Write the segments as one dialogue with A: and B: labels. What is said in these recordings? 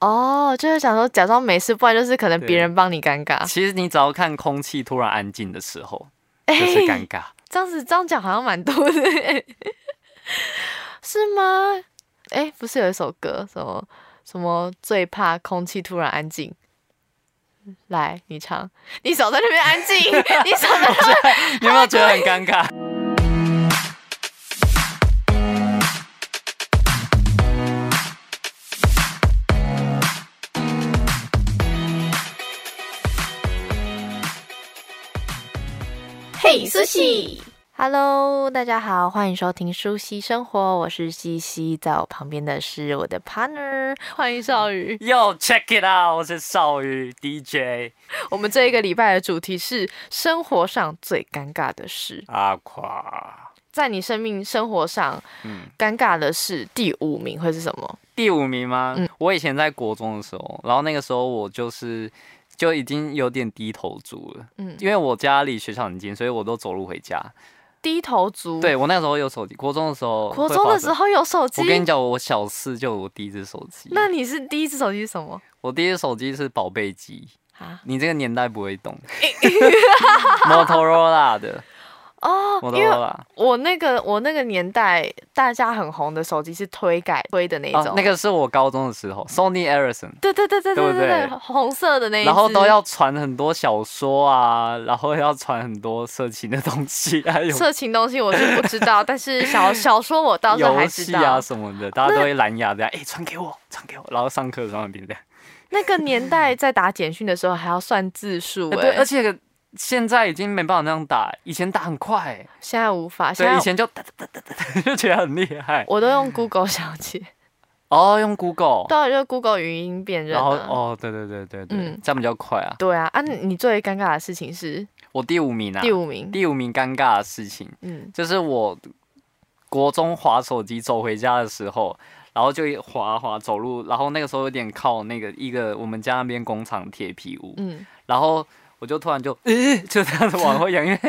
A: 哦，就是想说假装没事，不然就是可能
B: 对
A: 别人帮你尴尬。
B: 其实你只要看空气突然安静的时 候，就是
A: 哎
B: 尴尬。
A: 这样子这样讲好像蛮多的 欸，是吗？哎、不是有一首歌什么什么最怕空气突然安静？来，你唱，你少在那边安 静，你少在那边。
B: 你有没有觉得很尴 尬？
C: 嘿，苏西，
A: Hello，大家好，欢迎收听《舒西生活》，我是西西，在我旁边的是我的 partner，欢迎少宇。
B: Yo, check it out！我是少宇 DJ
A: 我们这一个礼拜的主题是生活上最尴尬的事，
B: 阿垮。
A: 在你生命生活上
B: 嗯，
A: 尴尬的事第五名会是什么？
B: 第五名吗？
A: 嗯
B: 我以前在国中的时候，然后那个时候我就是就已经有点低头族了，
A: 嗯，
B: 因为我家离学校很近，所以我都走路回家。
A: 低头族。
B: 对，我那时候有手机，国中的时候，
A: 嗯国中的时，候有手机
B: 我，跟你讲，我小四就有我第一只手机，
A: 那你是第一只手机是什么
B: 我第一只手机是宝贝机，
A: 啊？
B: 你这个年代不会懂 ，Motorola 的
A: 哦，因为
B: ，Motorola。
A: 我那个我那个年代大家很红的手机是推改推的那
B: 哦
A: 种，，
B: 那个是我高中的时候，Sony Ericsson，
A: 对对对对
B: 对
A: 对
B: 不
A: 对对，
B: 对
A: 红色的那一只，
B: 然后都要传很多小说啊，然后要传很多色情的东西，还有
A: 色情东西我是不知道，但是 小小说我倒是还
B: 游
A: 知
B: 戏
A: 道。
B: 啊什么的，大家都会蓝牙的，哎、传给我，传给我，然后上课的时候变这样。
A: 那个年代在打简讯的时候还要算字数、
B: 哎
A: 哎、
B: 对，而且现在已经没办法那样打，以前打很快、哎
A: 现在无法，现
B: 对，以
A: 在
B: 前就哒哒哒哒哒， 就觉得很厉害。
A: 我都用 Google 小姐，
B: 哦，用 Google，
A: 对啊，就 Google 语音辨认、啊。
B: 然后哦，对对对对对，
A: 嗯
B: 这样比较快啊。
A: 对啊，啊，你最尴尬的事情是
B: 我第五名啊，
A: 第五名，
B: 第五名尴尬的事情
A: 嗯，
B: 就是我国中滑手机走回家的时候，然后就一滑滑走路，然后那个时候有点靠那个一个我们家那边工厂铁皮屋，
A: 嗯，
B: 然后我就突然就，呃， 就这样子往后仰，因为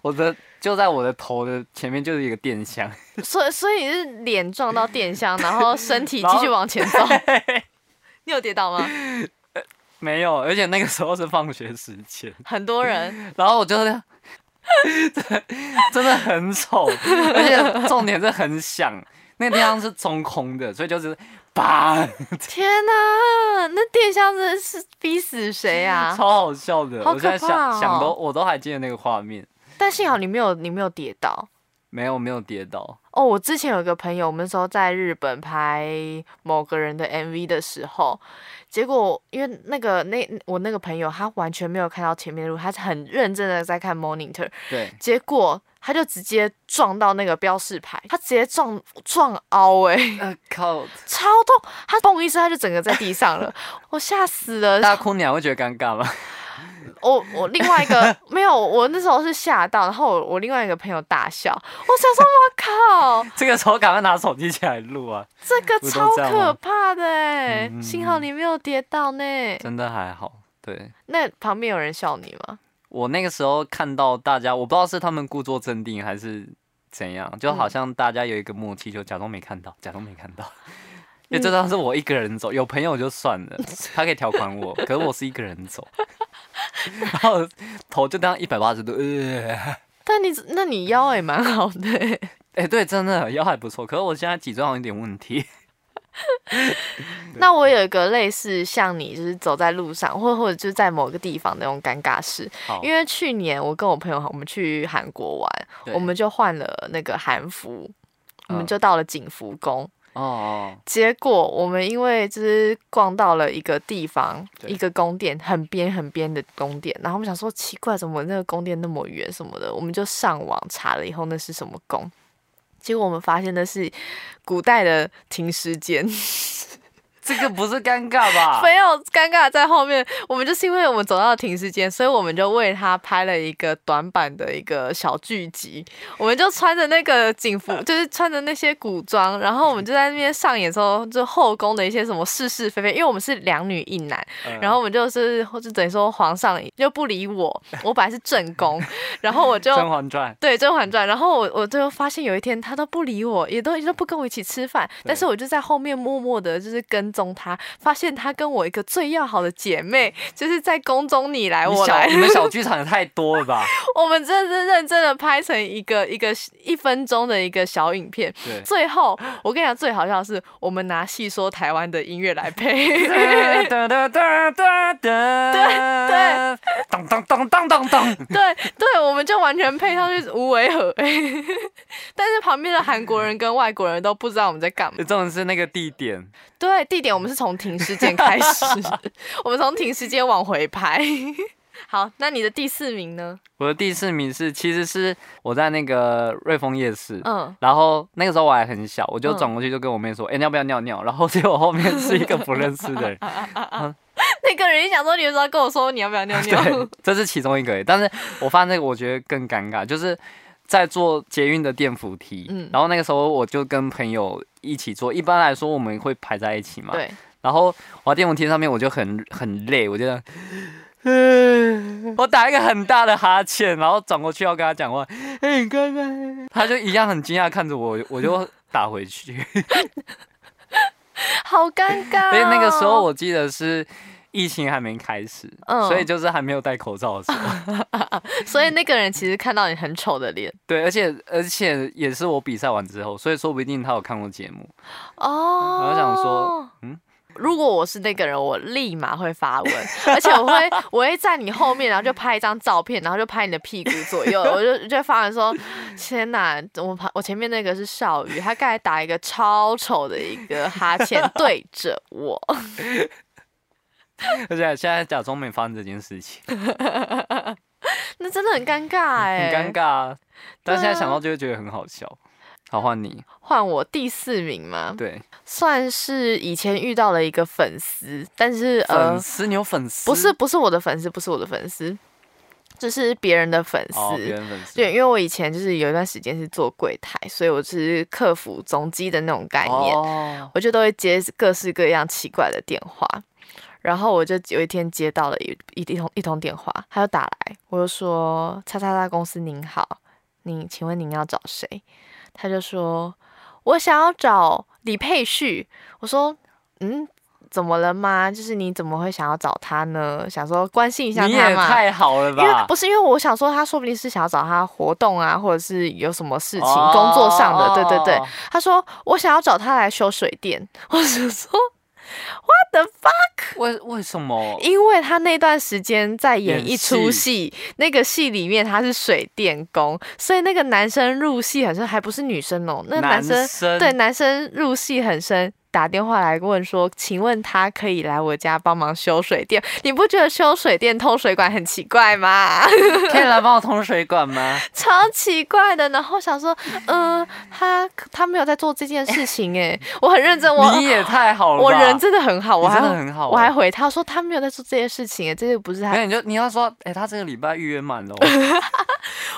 B: 我的就在我的头的前面就是一个电箱，
A: 所以所以你是脸撞到电箱，然后身 体继续往前走。你有跌倒吗？
B: 没有，而且那个时候是放学时间，
A: 很多 人
B: 然后我就这样。真的 很丑，而且重点是很响，那个地方是中空的，所以就是吧，
A: 天哪、那电箱真的是逼死谁啊！
B: 超好笑的，
A: 好
B: 我现在
A: 可
B: 想、
A: 怕哦
B: 想都我都还记得那个画面，
A: 但幸好你没有，你没有跌倒。
B: 没有没有跌倒，
A: 哦，我之前有一个朋友，我们那时候在日本拍某个人的 MV 的时候，结果因为那个那我那个朋友他完全没有看到前面的路，他是很认真的在看 monitor，
B: 对，
A: 结果他就直接撞到那个标示牌，他直接撞撞凹哎、
B: 呃靠，
A: 超痛！他嘣一声，他就整个在地上了，我吓死了。
B: 大哭鸟会觉得尴尬吗？
A: 我我另外一个没有，我那时候是吓到，然后我我另外一个朋友大笑，我想说，我靠，
B: 这个时候赶快拿手机起来录啊，
A: 这个超
B: 不都这样
A: 可
B: 吗
A: 怕的哎、
B: 嗯嗯嗯
A: 幸好你没有跌倒呢。
B: 真的还好，对。
A: 那旁边有人笑你吗？
B: 我那个时候看到大家，我不知道是他们故作镇定还是怎样，就
A: 嗯
B: 好像大家有一个默契，就假装没看到，假装没看到。
A: 嗯
B: 因为这张是我一个人走，有朋友就算了，他可以调侃我，可是我是一个人走， 然后头就这样一百八十度，呃，哎、
A: 但你那你腰也蛮好的欸、
B: 对，真的腰还不错，可是我现在脊椎好像有点问题。
A: 那我有一个类似像你，就是走在路上，或或者就是在某个地方那种尴尬事。
B: 好，
A: 因为去年我跟我朋友我们去韩国玩，
B: 对
A: 我们就换了那个韩服，我们
B: 嗯
A: 就到了景福宫。
B: 哦哦，
A: 结果我们因为就是逛到了一个地方，
B: 对
A: 一个宫殿，很边很边的宫殿，然后我们想说奇怪，怎么那个宫殿那么远什么的，我们就上网查了以后那是什么宫，结果我们发现那是古代的停尸间，
B: 这个不是尴尬吧？
A: 没有尴尬在后面，我们就是因为我们走到了停尸间，所以我们就为他拍了一个短版的一个小剧集，我们就穿着那个警服，就是穿着那些古装，然后我们就在那边上演之后，就后宫的一些什么是是非非，因为我们是两女一男，
B: 嗯
A: 然后我们就是或者等于说皇上就不理我，我本来是正宫，然后我就
B: 《甄嬛传
A: 对《甄嬛传》，然后我我就发现有一天他都不理我，也都也都不跟我一起吃饭，但是我就在后面默默的，就是跟踪他，发现他跟我一个最要好的姐妹，就是在宫中你来
B: 你
A: 我
B: 小
A: 来，
B: 你们小剧场也太多了吧？
A: 我们真的是认真的拍成一个一个一分钟的一个小影片。
B: 对，
A: 最后，我跟你讲，最好笑的是，我们拿戏说台湾的音乐来 配，
B: 哒哒哒哒哒，对对，当当当当当当，
A: 对对，我们就完全配上去无违和、 但是旁边的韩国人跟外国人都不知道我们在干嘛。
B: 重点是那个地点，
A: 对，地点我们是从停尸间开 始，我们从停尸间往回拍。好，那你的第四名呢？
B: 我的第四名是，其实是我在那个瑞丰夜市，
A: 嗯，
B: 然后那个时候我还很小，我就
A: 嗯
B: 转过去就跟我妹说，哎、你要不要尿尿？然后结果后面是一个不认识的人，
A: 那个人一想说，你就知道跟我说你要不要尿
B: 对
A: 尿。，
B: 这是其中一个而已。但是我发现那个我觉得更尴尬，就是在坐捷运的电扶梯，
A: 嗯
B: 然后那个时候我就跟朋友一起坐，一般来说我们会排在一起嘛，
A: 对，
B: 然后我在电扶梯上面我就很很累，我就这样。 嗯我打一个很大的哈欠，然后转过去要跟他讲话，哎、你刚刚，他就一样很惊讶看着我，我 就打回去。
A: 好尴尬、哦。
B: 所以那个时候我记得是疫情还没开始，
A: 嗯
B: 所以就是还没有戴口罩的 时候。
A: 哦所以那个人其实看到你很丑的脸
B: 对，而且而且也是我比赛完之后，所以说不定他有看过节目。
A: 哦。
B: 然后想说，嗯，
A: 如果我是那个人，我立马会发文， 而且我会我会在你后面，然后就拍一张照片，然后就拍你的屁股左 右，我就就发文说，天哪，我旁我前面那个是少宇，他刚才打一个超丑的一个哈欠对着我，
B: 而且现在假装没发生这件事情，
A: 那真的很尴尬
B: 很
A: 哎、
B: 尴。尬啊。但
A: 对
B: 现在想
A: 啊
B: 到就会觉得很好笑。好，换你。
A: 换我第四名嘛，
B: 对，
A: 算是以前遇到了一个粉丝，但是呃
B: 粉，丝，你有粉丝？
A: 不是不是我的粉丝，不是我的粉丝，就是别人的粉丝。
B: 哦，别人粉丝。
A: 对，因为我以前就是有一段时间是做柜台，所以我是客服总机的那种概念，
B: 哦，
A: 我就都会接各式各样奇怪的电话。然后我就有一天接到了一一通一通电话，他就打来，我就说：“叉叉叉公司您好，您请问您要找谁？”他就说：“我想要找李佩旭。”我说：“嗯，怎么了吗？就是你怎么会想要找他呢？想说关心一下他嘛。”
B: 你也太好了
A: 因为
B: 吧
A: 不！是因为我想说，他说不定是想要找他活动啊，或者是有什么事情、
B: 哦
A: 工作上的，对对对
B: 哦。
A: 他说我想要找他来修水电，我就说 what the fuck？
B: 为为什么？
A: 因为他那段时间在演
B: 演
A: 一出戏，那个戏里面他是水电工，所以那个男生入戏很深，还不是女生哦，那个男生
B: 生
A: 对，男生入戏很深，打电话来问说：“请问他可以来我家帮忙修水电？”你不觉得修水电通水管很奇怪吗？
B: 可以来帮我通水管吗？
A: 超奇怪的。然后想说，嗯、他他没有在做这件事情 哎，我很认真， 我
B: 你也太好了吧！
A: 我人真的很好，我
B: 你
A: 还
B: 真的很好欸
A: 我还回他说他没有在做这件事情哎，这个不是他
B: 没，有，你就你要说，哎、他这个礼拜预约满了 哦，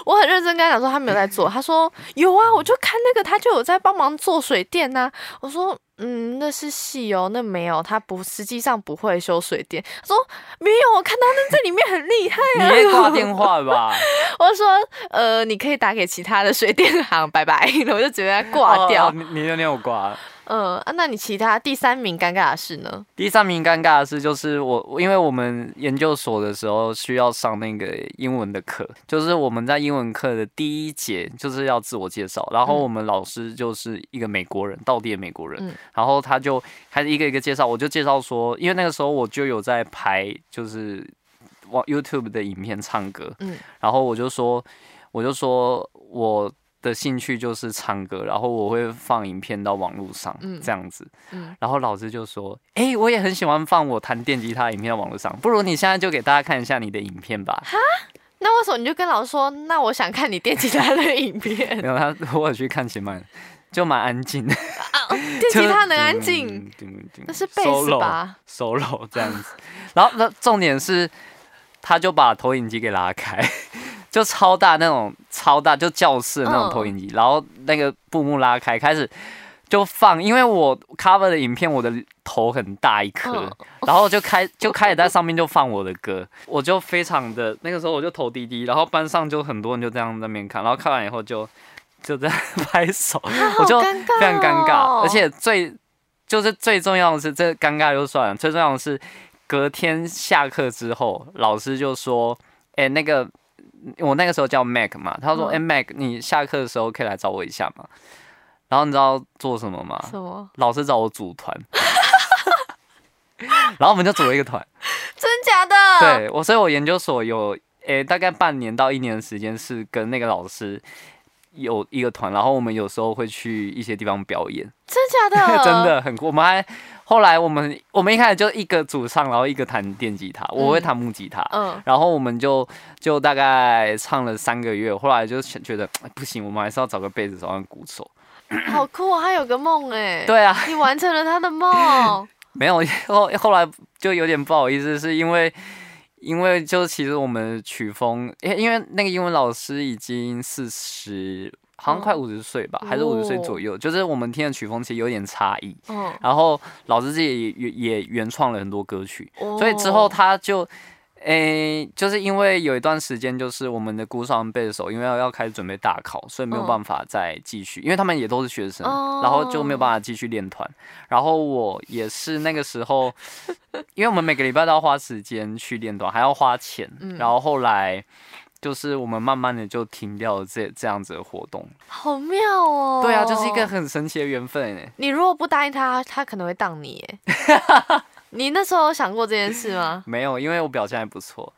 A: 我很认真跟他讲说他没有在 做，他说有啊，我就看那个他就有在帮忙做水电呐、我说嗯，那是戏哦，那没有，他不实际上不会修水电。他说没有，我看他那在里面很厉害
B: 你
A: 啊。
B: 也挂电话了吧？
A: 我说呃，你可以打给其他的水电行，拜 拜。我就直接挂
B: 哦
A: 掉。
B: 你你就你有挂了。
A: 嗯、啊，那你其他第三名尴尬的事呢？
B: 第三名尴尬的是，就是我，我因为我们研究所的时候需要上那个英文的课，就是我们在英文课的第一节就是要自我介绍，然后
A: 嗯
B: 我们老师就是一个美国人，道地的美国人，
A: 嗯
B: 然后他就开始一个一个介绍，我就介绍说，因为那个时候我就有在排就是往 YouTube 的影片唱歌，
A: 嗯
B: 然后我就说，我就说我的兴趣就是唱歌，然后我会放影片到网络上，
A: 嗯
B: 这样子。
A: 嗯，
B: 然后老师就说：“哎、我也很喜欢放我弹电吉他的影片在网络上，不如你现在就给大家看一下你的影片吧。
A: 那为什么你就跟老师说，那我想看你电 吉他的影” 片？
B: 然后他我有去看前面，就蛮安静的，
A: 电吉他能安静？
B: 叮，叮叮
A: 那是贝斯吧
B: 嗯？solo 这样子。然后那重点是，他就把投影机给拉开， 就超大那种超大就教室的那种
A: 嗯
B: 投影机，然后那个布幕拉开开始。就放，因为我 cover 的影片，我的头很大一颗，
A: 嗯
B: 然后就开就开始在上面就放我的歌，我就非常的那个时候我就头低低，然后班上就很多人就这样在那边看，然后看完以后就就在拍手，我 就
A: 好尴尬哦
B: 非常尴尬，而且最就是最重要的是，这尴尬就算了，最重要的是隔天下课之后，老师就说：“哎、那个我那个时候叫 Mac 嘛，他
A: 嗯
B: 说：‘哎、m a c 你下课的时候可以来找我一下嘛。’然后你知道做什么吗？
A: 什么？
B: 老师找我组团， 然后我们就组了一个团。
A: 真假的？，
B: 对我，所以我研究所有诶、大概半年到一年的时间是跟那个老师有一个团，然后我们有时候会去一些地方表演，
A: 真假的？
B: 真。的很酷。我们还后来我们我们一开始就一个主唱，然后一个弹电吉他，我会弹木吉他。
A: 嗯，
B: 然后我们就就大概唱了三个月，后来就想觉得哎不行，我们还是要找个贝斯手和鼓手。
A: 好酷哦，他有个梦哎。。
B: 对啊，
A: 你完成了他的 梦，
B: 没有，后后来就有点不好意思，是因为因为就其实我们曲风，因因为那个英文老师已经四十，好像快五十岁吧，还是五十岁左右，就是我们听的曲风其实有点差异。
A: 嗯，
B: 然后老师自己也也原创了很多歌曲，
A: 哦
B: 所以之后他就，诶、就是因为有一段时间，就是我们的鼓手和贝斯手，因为要要开始准备大考，所以没有
A: 嗯
B: 办法再继续，因为他们也都是学生，
A: 哦
B: 然后就没有办法继续练团。然后我也是那个时候，因为我们每个礼拜都要花时间去练团，还要花钱，
A: 嗯
B: 然后后来。就是我们慢慢的就停掉了这这样子的活动，
A: 好妙哦。
B: 对啊，就是一个很神奇的缘分哎。？
A: 你如果不答应他，他可能会当你耶。你那时候有想过这件事吗
B: 没有，因为我表现还不错，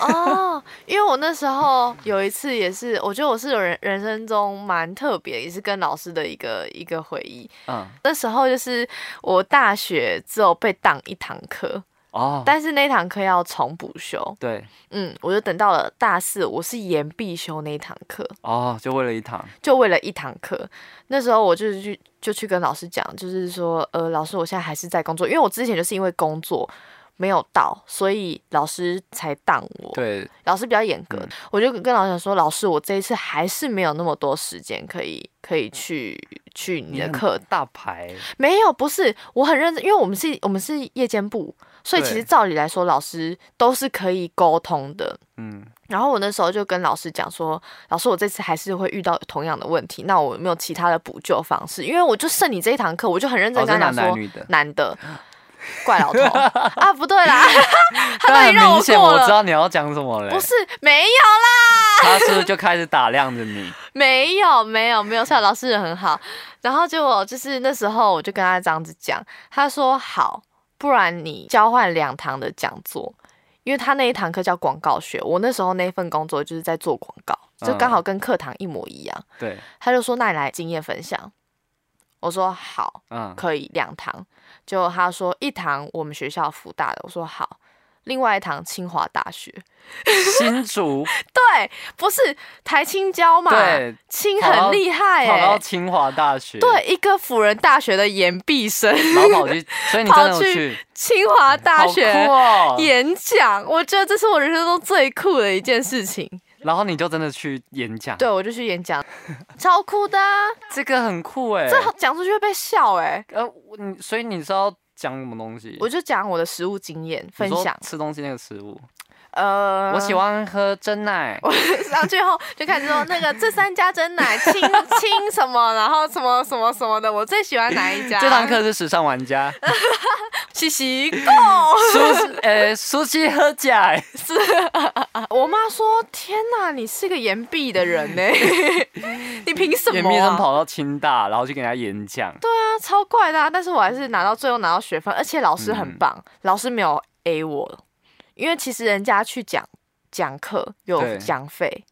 A: 哦，因为我那时候有一次也是，我觉得我是有人人生中蛮特别，也是跟老师的一个一个回忆。
B: 嗯，
A: 那时候就是我大学只有被当一堂课，
B: 哦，
A: 但是那堂课要重补修。
B: 对，
A: 嗯，我就等到了大四，我是延必修那一堂课。
B: 哦，就为了一堂，
A: 就为了一堂课，那时候我就是去就去跟老师讲，就是说，呃，老师，我现在还是在工作，因为我之前就是因为工作没有到，所以老师才当我。
B: 对，
A: 老师比较严格，
B: 嗯
A: 我就跟老师讲说，老师，我这一次还是没有那么多时间可以可以去去你的
B: 嗯很
A: 课，
B: 大牌，
A: 没有，不是，我很认真，因为我们是我们是夜间部，所以其
B: 对
A: 实照理来说，老师都是可以沟通的。
B: 嗯，
A: 然后我那时候就跟老师讲说，老师，我这次还是会遇到同样的问题，那我有没有其他的补救方式？因为我就剩你这一堂课，我就很认真
B: 哦，
A: 跟
B: 是
A: 他
B: 男
A: 讲
B: 男
A: 说，
B: 女的，
A: 男的，怪 老头啊，不对啦， 他
B: 但
A: 都已
B: 很
A: 经让
B: 明
A: 我
B: 显，
A: 过
B: 我知
A: 了，
B: 道你要讲什么嘞
A: 不，是没有
B: 他是不是就开始打量着你？
A: 没有没有没有，像老师人很好，然后结果就是那时候我就跟他这样子讲，他说好，不然你交换两堂的讲座。因为他那一堂课叫广告学，我那时候那一份工作就是在做广告，就刚好跟课堂一模一样。
B: 对，
A: 他就说：“那你来经验分享。”我说：“好，
B: 嗯，
A: 可以两堂。”就他说一堂我们学校福大的，我说好，另外一堂清华大学，
B: 新竹
A: 对，不是台青交嘛，
B: 对，
A: 清
B: 跑到
A: 很厉害
B: 跑
A: 哎、
B: 到清华大学，，
A: 对，一个辅仁大学的研毕生，
B: 然后跑去，所以你真的有
A: 跑去
B: 去
A: 清华大学
B: 好酷哦
A: 演讲，我觉得这是我人生中最酷的一件事情。
B: 然后你就真的去演讲，
A: 对，我就去演 讲，超酷的、啊，
B: 这个很酷哎，
A: 这讲出去会被笑哎、
B: 呃，我你所以你是要讲什么东西？
A: 我就讲我的食物经验分
B: 嗯你说
A: 享，
B: 吃东西那个食物，
A: 呃，
B: 我喜。欢喝真奶，
A: 我上去后就开始说那个这三家真 奶清清什么，然后什么什么什么的，我最喜欢哪一家？
B: 这堂课是时尚玩 家。
A: 嘻嘻够。
B: 苏呃苏西喝假欸，
A: 我妈说：“天哪，你是个岩壁的人 呢、你凭什么、啊？”
B: 严密生跑到清大，然后去给他演讲，
A: 啊，超怪的、啊。但是我还是拿到最后拿到学分，而且老师
B: 嗯
A: 很棒，老师没有 A 我，因为其实人家去讲讲课有
B: 对
A: 奖费，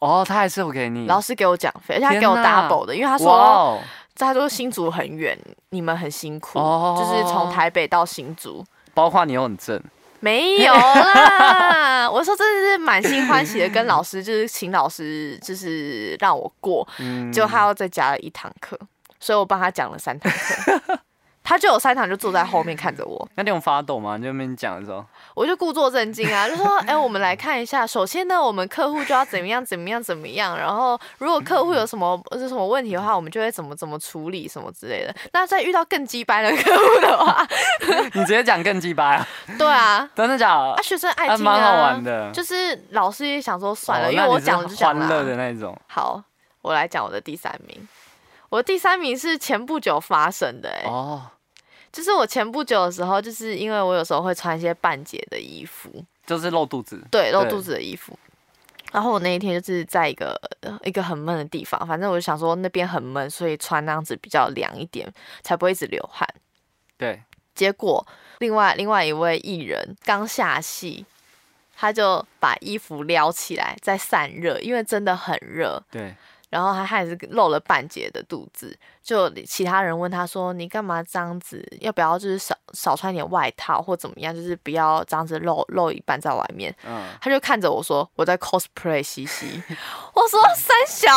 B: 哦，他还是有给你，
A: 老师给我奖费，而且他
B: 天
A: 给我
B: 哪哦
A: double 的，因为他
B: 他
A: 说。他说新竹很远，你们很辛苦，
B: 哦
A: 就是从台北到新竹。
B: 包括你又很正，
A: 没有啦，我说真的是满心欢喜的跟老师，就是请老师就是让我过，
B: 嗯，
A: 结果他要再加了一堂课，所以我帮他讲了三堂课。 他就有三堂就坐在后面看着我，
B: 那你有发抖吗？你就那边讲的时候，
A: 我就故作镇静啊，就说：“哎、我们来看一下，首先呢，我们客户就要怎么样怎么样怎么样，然后如果客户有什么呃是什么问题的话，我们就会怎么怎么处理什么之类的。那再遇到更鸡掰的客户的话，
B: 你直接讲更鸡巴啊，
A: 对啊，
B: 真的假的
A: 啊，？学生爱
B: 还
A: 听啊，
B: 蛮好玩的，
A: 就是老师也想说算了，
B: 哦
A: 因
B: 那
A: 为
B: 你
A: 我
B: 是
A: 讲了就讲
B: 欢乐的
A: 了啊。
B: 那种，
A: 好，我来讲我的第三名。我的第三名是前不久发生的、欸，
B: 哦，
A: 就是我前不久的时候，就是因为我有时候会穿一些半截的衣服，
B: 就是露肚子。
A: 对，露肚子的衣服。然后我那一天就是在一个呃一个很闷的地方，反正我就想说那边很闷，所以穿那样子比较凉一点，才不会一直流汗。
B: 对，
A: 结果另外另外一位艺人刚下戏，他就把衣服撩起来在散热，因为真的很热。
B: 对，
A: 然后他他也是露了半截的肚子，就其他人问他说：“你干嘛这样子？要不要就是少少穿点外套或怎么样？就是不要这样子露露一半在外面。”
B: 嗯，
A: 他就看着我说：“我在 cosplay 西 西。”我说：“三小。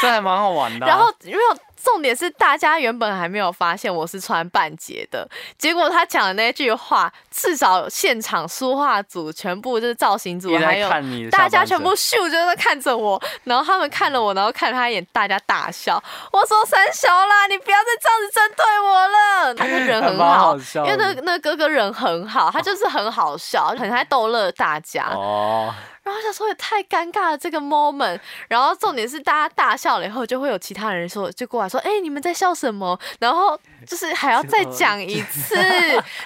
B: 这还蛮好玩的啊、
A: 然后因为重点是大家原本还没有发现我是穿半截的，结果他讲的那句话，至少现场书画组全部就是造型组
B: 一直
A: 还
B: 在
A: 有
B: 看你的下
A: 大
B: 半身，
A: 家全部咻就在看着我，然后他们看了我，然后看了他一眼，大家大笑。我说三小啦，你不要再这样子针对我了。他就人很
B: 还蛮
A: 好，
B: 好笑
A: 因为那
B: 的
A: 那哥哥人很好，他就是很好笑，很爱逗乐大家。
B: 哦，
A: 然后我想说也太尴尬了这个 moment，然后重点是大家大笑了以后，就会有其他人说就过来说，哎、你们在笑什么？然后就是还要再讲一 次，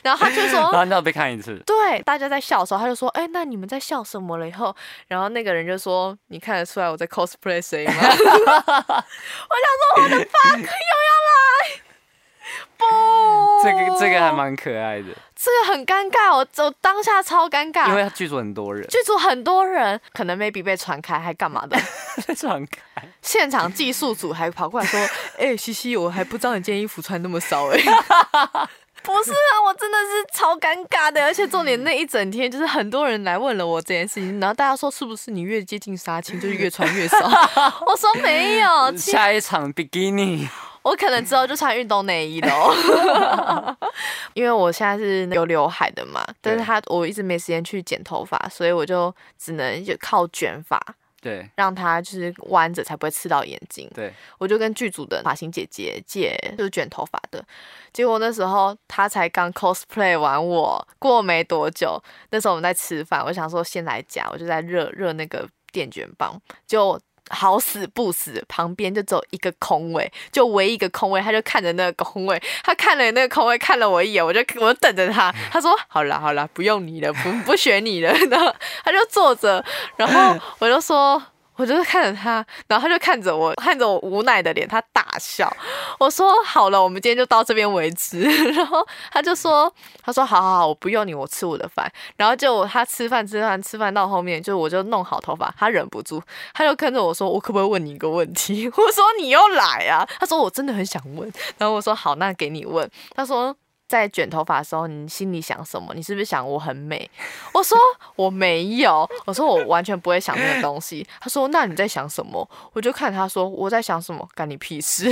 A: 然后他就
B: 然后
A: 说。
B: 你要被看一次，
A: 对，大家在笑的时候，他就说：“哎、那你们在笑什么了？”以后，然后那个人就说：“你看得出来我在 cosplay 谁吗？” 我想说，我的 fuck 又要来，不，
B: 这个这个还蛮可爱的，
A: 这个很尴尬，我我当下超尴尬，
B: 因为剧组很多人，
A: 剧组很多人，可能 maybe 被传开还干嘛的，
B: 在传开，
A: 现场技术组还跑过来说：“哎、西西，我还不知道你今天衣服穿那么少哎、 不是啊，我真的是超尴尬的，而且重点那一整天就是很多人来问了我这件事情，然后大家说是不是你越接近杀青就是越穿越少？我说没有，其实
B: 下一场比基尼，
A: 我可能之后就穿运动内衣喽，因为我现在是有刘海的嘛，但是
B: 对
A: 他我一直没时间去剪头发，所以我就只能就靠卷发，
B: 对
A: 让它就是弯着才不会刺到眼睛。
B: 对，
A: 我就跟剧组的发型姐姐借，就是卷头发的。结果那时候她才刚 cosplay 完我，过没多久，那时候我们在吃饭，我想说先来夹，我就在热热那个电卷棒，就好死不死，旁边就只有一个空位，就唯一一个空位，他就看着那个空位，他看了那个空位，看了我一眼，我就我就等着他，他说好啦好啦，不用你了，不不选你了，然后他就坐着，然后我就说。我就是看着他，然后他就看着我，看着我无奈的脸，他大笑。我说好了，我们今天就到这边为止。 然后他就说，他说好好好，我不用你，我吃我的饭。然后就他吃饭吃饭吃饭到后面，就我就弄好头发，他忍不住，他就跟着我说，我可不可以问你一个问题？ 我说你又来啊？他说我真的很想问。然后我说好，那给你问。他说。在卷头发的时候，你心里想什么？你是不是想我很美？ 我说我没有，我说我完全不会想那个东西。他说那你在想什么？我就看他说我在想什么，干你屁事。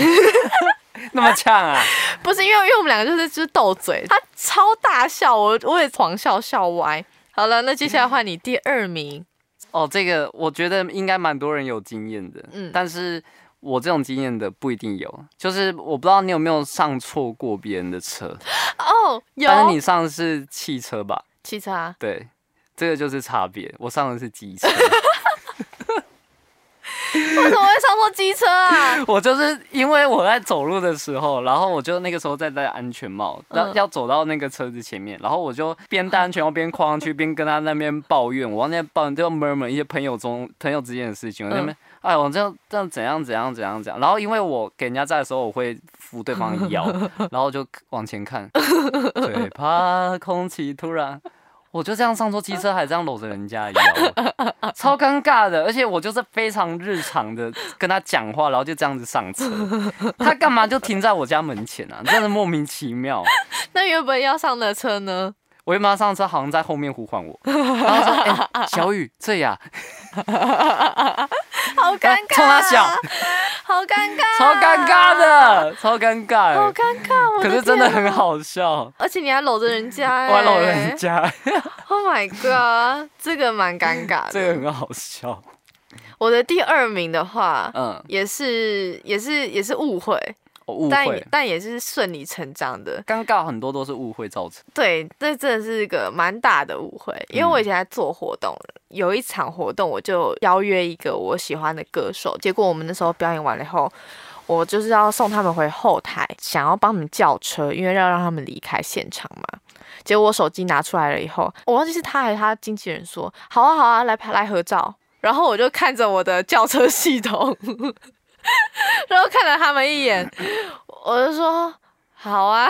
B: 那么呛啊，
A: 不是因为因为我们两个就是就是斗嘴，他超大笑，我我也狂笑笑歪。好了，那接下来换你第二名，
B: 哦，这个我觉得应该蛮多人有经验的，
A: 嗯
B: 嗯，但是我这种经验的不一定有，就是我不知道你有没有上错过别人的车，
A: 哦，有
B: 但是你上的是汽车吧？
A: 汽车啊，
B: 对，这个就是差别，我上的是机车，
A: 为什么会上错机车 啊？
B: 我就是因为我在走路的时候，然后我就那个时候在戴安全帽，
A: 嗯
B: 要、要走到那个车子前面，然后我就边戴安全帽边跨上去，边跟他那边抱怨，我往那边抱怨就 murmur 一些朋友中朋友之间的事情，我在那边、哎我这样这样怎样怎样怎样怎样，然后因为我给人家在的时候，我会扶对方的腰，然后就往前看， 对，怕空气突然。我就这样上错机车，还这样搂着人家的腰，超尴尬的。而且我就是非常日常的跟他讲话，然后就这样子上车。他干嘛就停在我家门前啊？真的莫名其妙。
A: 那原本要上的车呢？
B: 我妈上车，好像在后面呼唤我，然后说：“哎、小雨，这呀，
A: 好尴尬，
B: 冲他笑，
A: 好尴尬，
B: 超尴尬，的，超尴尬
A: 好
B: 的。
A: 尴尬，哦我
B: 可
A: 天
B: 是真的
A: 啊
B: 很，好笑，
A: 而且你还搂着人家、
B: 我
A: 欸，
B: 还搂人家，
A: ，Oh my god，这 个蛮尴尬的。
B: 这个很好笑。
A: 我的第二名的话，
B: 嗯，
A: 也是也是也是误会，
B: 我误
A: 但
B: 会，
A: 但也是顺理成章的。
B: 尴尬很多都是误会造成。
A: 对，这真的是一个蛮大的误会，因为我以前在做活动，有一场活动我就邀约一个我喜欢的歌手，结果我们那时候表演完了以后，我就是要送他们回后台，想要帮他们叫车，因为要让他们离开现场嘛。结果我手机拿出来了以后，我忘记是他还是他经纪人说：“好啊，好啊，来拍来合照。”然后我就看着我的轿车系统， 然后看了他们一眼，我就说：“好啊。”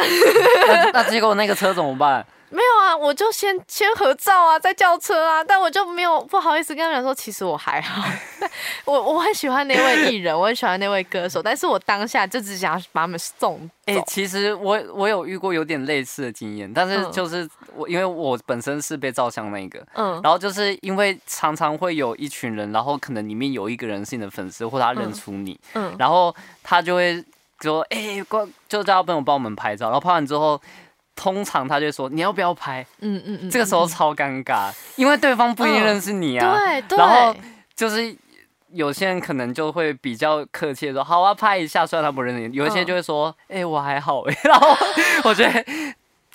B: 那那结果那个车怎么办？
A: 没有啊，我就先先合照啊，再叫车啊，但我就没有不好意思跟他们讲说，其实我还好， 我我很喜欢那位艺人，我很喜欢那位歌手，但是我当下就只想要把他们送走。
B: 哎、其实我我有遇过有点类似的经验，但是
A: 嗯
B: 就是我因为我本身是被照相那个，
A: 嗯
B: 然后就是因为常常会有一群人，然后可能里面有一个人是你的粉丝，或他认出你，
A: 嗯，
B: 然后他就会说：“哎、过就叫他朋友帮我们拍照。”然后拍完之后，通常他就说：“你要不要拍
A: 嗯嗯嗯，？”
B: 这个时候超尴尬，因为对方不一定
A: 嗯
B: 认识你啊。
A: 对对，
B: 然后 就是有些人可能就会比较客气的说：“好啊，拍一下。”虽然他不认识你，有一些
A: 嗯
B: 就会说：“哎、我还好、 欸。”然后我觉得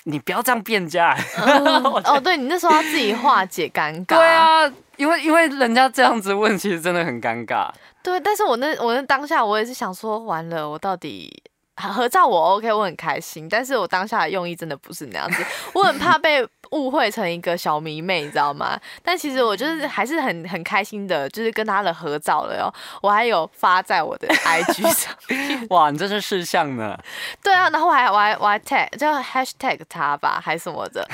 B: 你不要这样变价、
A: 嗯哦，对你那时候要自己化解尴尬。
B: 对，啊，因为因为人家这样子问，其实真的很尴尬。
A: 对，但是我那我那当下我也是想说，完了，我到底。合照我 OK，我很开心，但是我当下的用意真的不是那样子，我很怕被误会成一个小迷妹，你知道吗？但其实我就是还是很很开心的，就是跟他的合照了哟，我还有发在我的 IG 上，
B: 哇，你这是事项呢？
A: 对啊，然后我还我还我还 tag 就 hashtag 他吧，还什么的，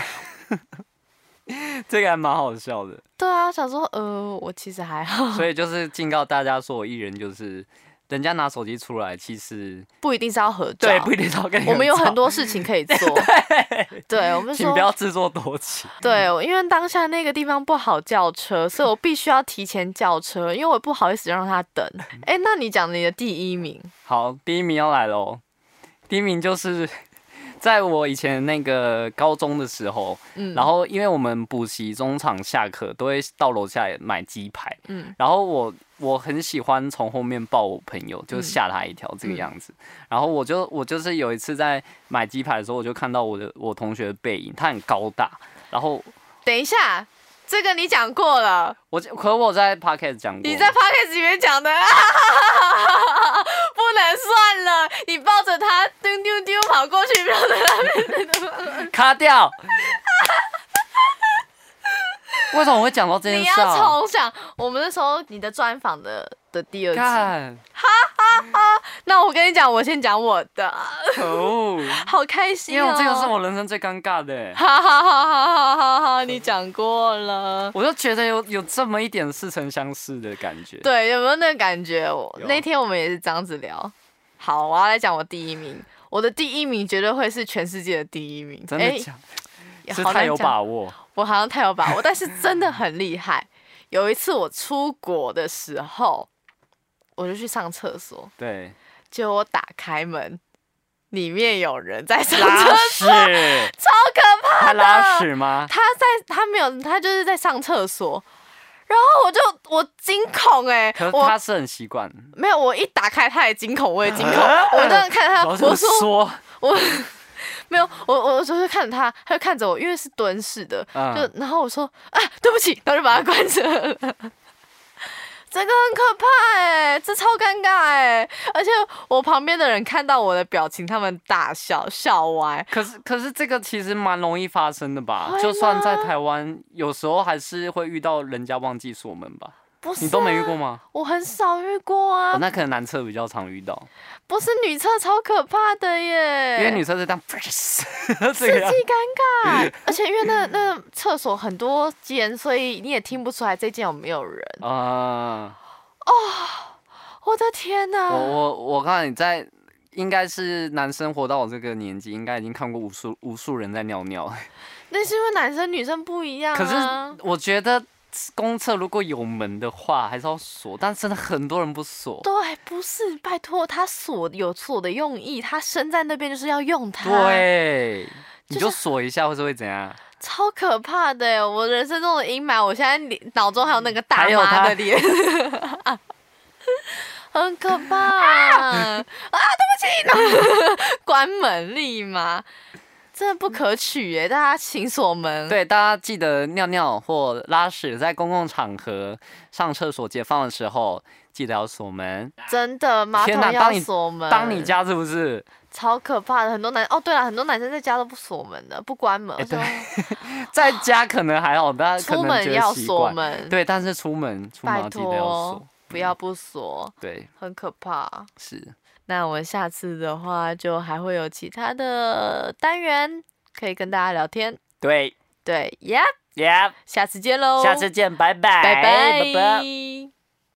B: 这个还蛮好笑的。
A: 对啊，想说呃，我其实还好，
B: 所以就是警告大家说，我艺人就是人家拿手机出来，其实
A: 不一定是要合照，
B: 对不一定要跟你
A: 我们有
B: 合照
A: 很，多事情可以做，对，我们
B: 请
A: 说
B: 不要自作多情。
A: 对，我因为当下那个地方不好叫车，所以我必须要提前叫车，因为我不好意思让他等。
B: 嗯
A: 哎，那你讲你的第一名，
B: 好，第一名要来喽。第一名就是 在我以前那个高中的时候，
A: 嗯，
B: 然后因为我们补习中场下课都会到楼下买鸡排，
A: 嗯
B: 然后我我很喜欢从后面抱我朋友，就吓他一跳这个样子。
A: 嗯
B: 然后我就我就是有一次在买鸡排的时候，我就看到我的我同学的背影，他很高大，然后
A: 等一下，这个你讲过了，
B: 我可我在 podcast 讲过，
A: 你在 podcast 里面讲的， 啊、不能算了，你抱着他丢丢丢跑过去， 抱着他，
B: 卡掉。 为什么我会讲到这件
A: 你
B: 事
A: 要
B: 啊？
A: 重讲我们那时候你的专访的的第二集。
B: 看，
A: 那我跟你讲，我先讲我的，
B: 可 恶！
A: 好开心
B: 哦因
A: 哦
B: 为！我这个是我人生最尴尬 的欸，
A: 哈哈哈哈哈哈哈！你讲过了。
B: 我就觉得有有这么一点似曾相识的感觉。
A: 对，有没有那个感觉？我
B: 有啊
A: 那天我们也是这样子聊。好，我要来讲我第一名，我的第一名绝对会是全世界的第一名。
B: 真的假？
A: 哎
B: 是
A: 好
B: 太
A: 难
B: 有
A: 讲
B: 把握。
A: 我好像太有把握，但是真的很厉害。有一次我出国的时候，我就去上厕所，
B: 对，
A: 结果我打开门，里面有人在上厕
B: 拉
A: 所，
B: 屎，
A: 超可怕。
B: 他拉屎吗？
A: 他在他没有，他就是在上厕所，然后我就我惊恐哎、
B: 可是
A: 我
B: 他是很习惯。
A: 没有，我一打开他也惊恐，我也惊恐，
B: 啊
A: 我这样看他，
B: 然后就
A: 我说
B: 说，
A: 我没有，我我我就是看着他，他就看着我，因为是蹲式的，
B: 嗯
A: 就然后我说啊，对不起，然后就把他关着了。这个很可怕哎、这超尴尬哎、而且我旁边的人看到我的表情，他们大笑笑歪。
B: 可是可是这个其实蛮容易发生的吧
A: 会？
B: 就算在台湾，有时候还是会遇到人家忘记锁门吧。
A: 不是、
B: 你都没遇过？吗？
A: 我很少遇过啊，
B: 哦，那可能男厕比较常遇到，
A: 不是女厕超可怕的耶，
B: 因为女厕是当 这
A: 刺
B: 个
A: 激
B: 样
A: 尴尬， 而且因为那那厕所很多间，所以你也听不出来这间有没有人。
B: 啊。
A: 我的天哪、
B: 我我我看你在，应该是男生活到我这个年纪，应该已经看过无数无数人在尿尿。
A: 啊
B: 了。
A: 那是因为男生女生不一样、啊。
B: 可是我觉得公厕如果有门的话，还是要锁，但真的很多人不锁。
A: 对，不是，拜托，他锁有锁的用意，他身在那边就是要用它，，
B: 对，
A: 啊就
B: 你
A: 是嗯
B: 就锁一下，或是会怎样？
A: 超可怕的耶。我人生中的阴霾，我现在脸脑中还有那个大
B: 还有
A: 妈
B: 他
A: 的脸， 很可怕啊 啊！对不起，然后关门立马。真的不可取耶，大家请锁门。，
B: 对，大家记得尿尿或拉屎，在公共场合、上厕所解放的时候，记得要锁门。
A: 真的马桶
B: 天哪
A: 要
B: 当你
A: 锁门。
B: 当你家是不是？
A: 超可怕的，很多男哦，对了，很多男生在家都不锁门的，不关门，
B: 哎对
A: 而
B: 在家可能还好，大
A: 且
B: 家可
A: 出
B: 能
A: 门
B: 觉得
A: 要
B: 习
A: 锁
B: 惯。
A: 门。，
B: 对，但是出门出门
A: 拜
B: 要记得要
A: 托
B: 锁。，
A: 不要不锁，
B: 对，
A: 很可怕。
B: 是
A: 那我们下次的话，就还会有其他的单元可以跟大家聊天。
B: 对
A: 对呀
B: ，Yep，
A: 下次见喽，
B: 下次见，拜拜，
A: 哦拜拜
B: 拜拜。
A: 拜